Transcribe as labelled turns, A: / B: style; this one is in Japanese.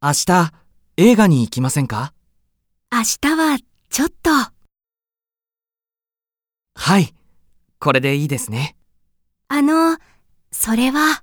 A: 明日、映画に行きませんか
B: 明日はちょっと。あ
A: はい。これでいいですね。
B: の、それは。